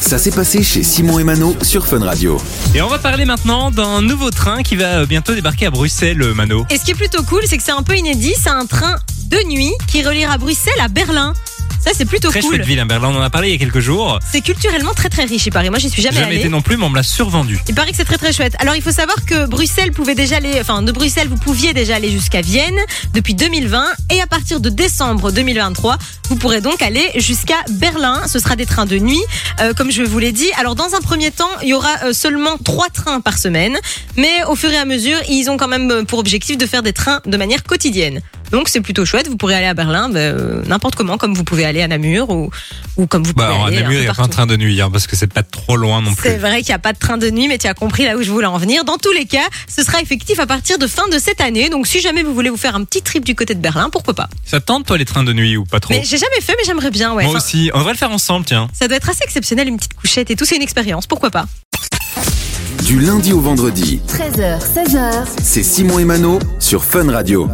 Ça s'est passé chez Simon et Mano sur Fun Radio. Et on va parler maintenant d'un nouveau train qui va euh, bientôt débarquer à Bruxelles, euh, Mano. Et ce qui est plutôt cool, c'est que c'est un peu inédit. C'est un train de nuit qui reliera Bruxelles à Berlin. Ça, c'est plutôt Très cool. chouette ville, hein, Berlin, on en a parlé il y a quelques jours. C'est culturellement très très riche, il paraît. Moi, j'y suis jamais, Jamais allée. été non plus, mais on me l'a survendu. Il paraît que c'est très très chouette. Alors il faut savoir que Bruxelles pouvait déjà aller, enfin de Bruxelles vous pouviez déjà aller jusqu'à Vienne depuis 2020 et à partir de décembre 2023 vous pourrez donc aller jusqu'à Berlin. Ce sera des trains de nuit, euh, comme je vous l'ai dit. Alors dans un premier temps il y aura euh, seulement trois trains par semaine, mais au fur et à mesure ils ont quand même euh, pour objectif de faire des trains de manière quotidienne. Donc c'est plutôt chouette. Vous pourrez aller à Berlin ben, euh, n'importe comment, comme vous pouvez aller à Namur ou, ou comme vous pouvez Bah, alors, à aller un peu Namur, il y a pas un partout. train de nuit, hein, parce que c'est pas trop loin non C'est plus. vrai qu'il n'y a pas de train de nuit, mais tu as compris là où je voulais en venir. Dans tous les cas, ce sera effectif à partir de fin de cette année. Donc, si jamais vous voulez vous faire un petit trip du côté de Berlin, pourquoi pas Ça te tente, toi, les trains de nuit ou pas trop Mais j'ai jamais fait, mais j'aimerais bien. Ouais. Moi Enfin, aussi, on devrait le faire ensemble, tiens. ça doit être assez exceptionnel, une petite couchette et tout. C'est une expérience. Pourquoi pas Du lundi au vendredi, 13h, 16h, c'est Simon et Mano sur Fun Radio.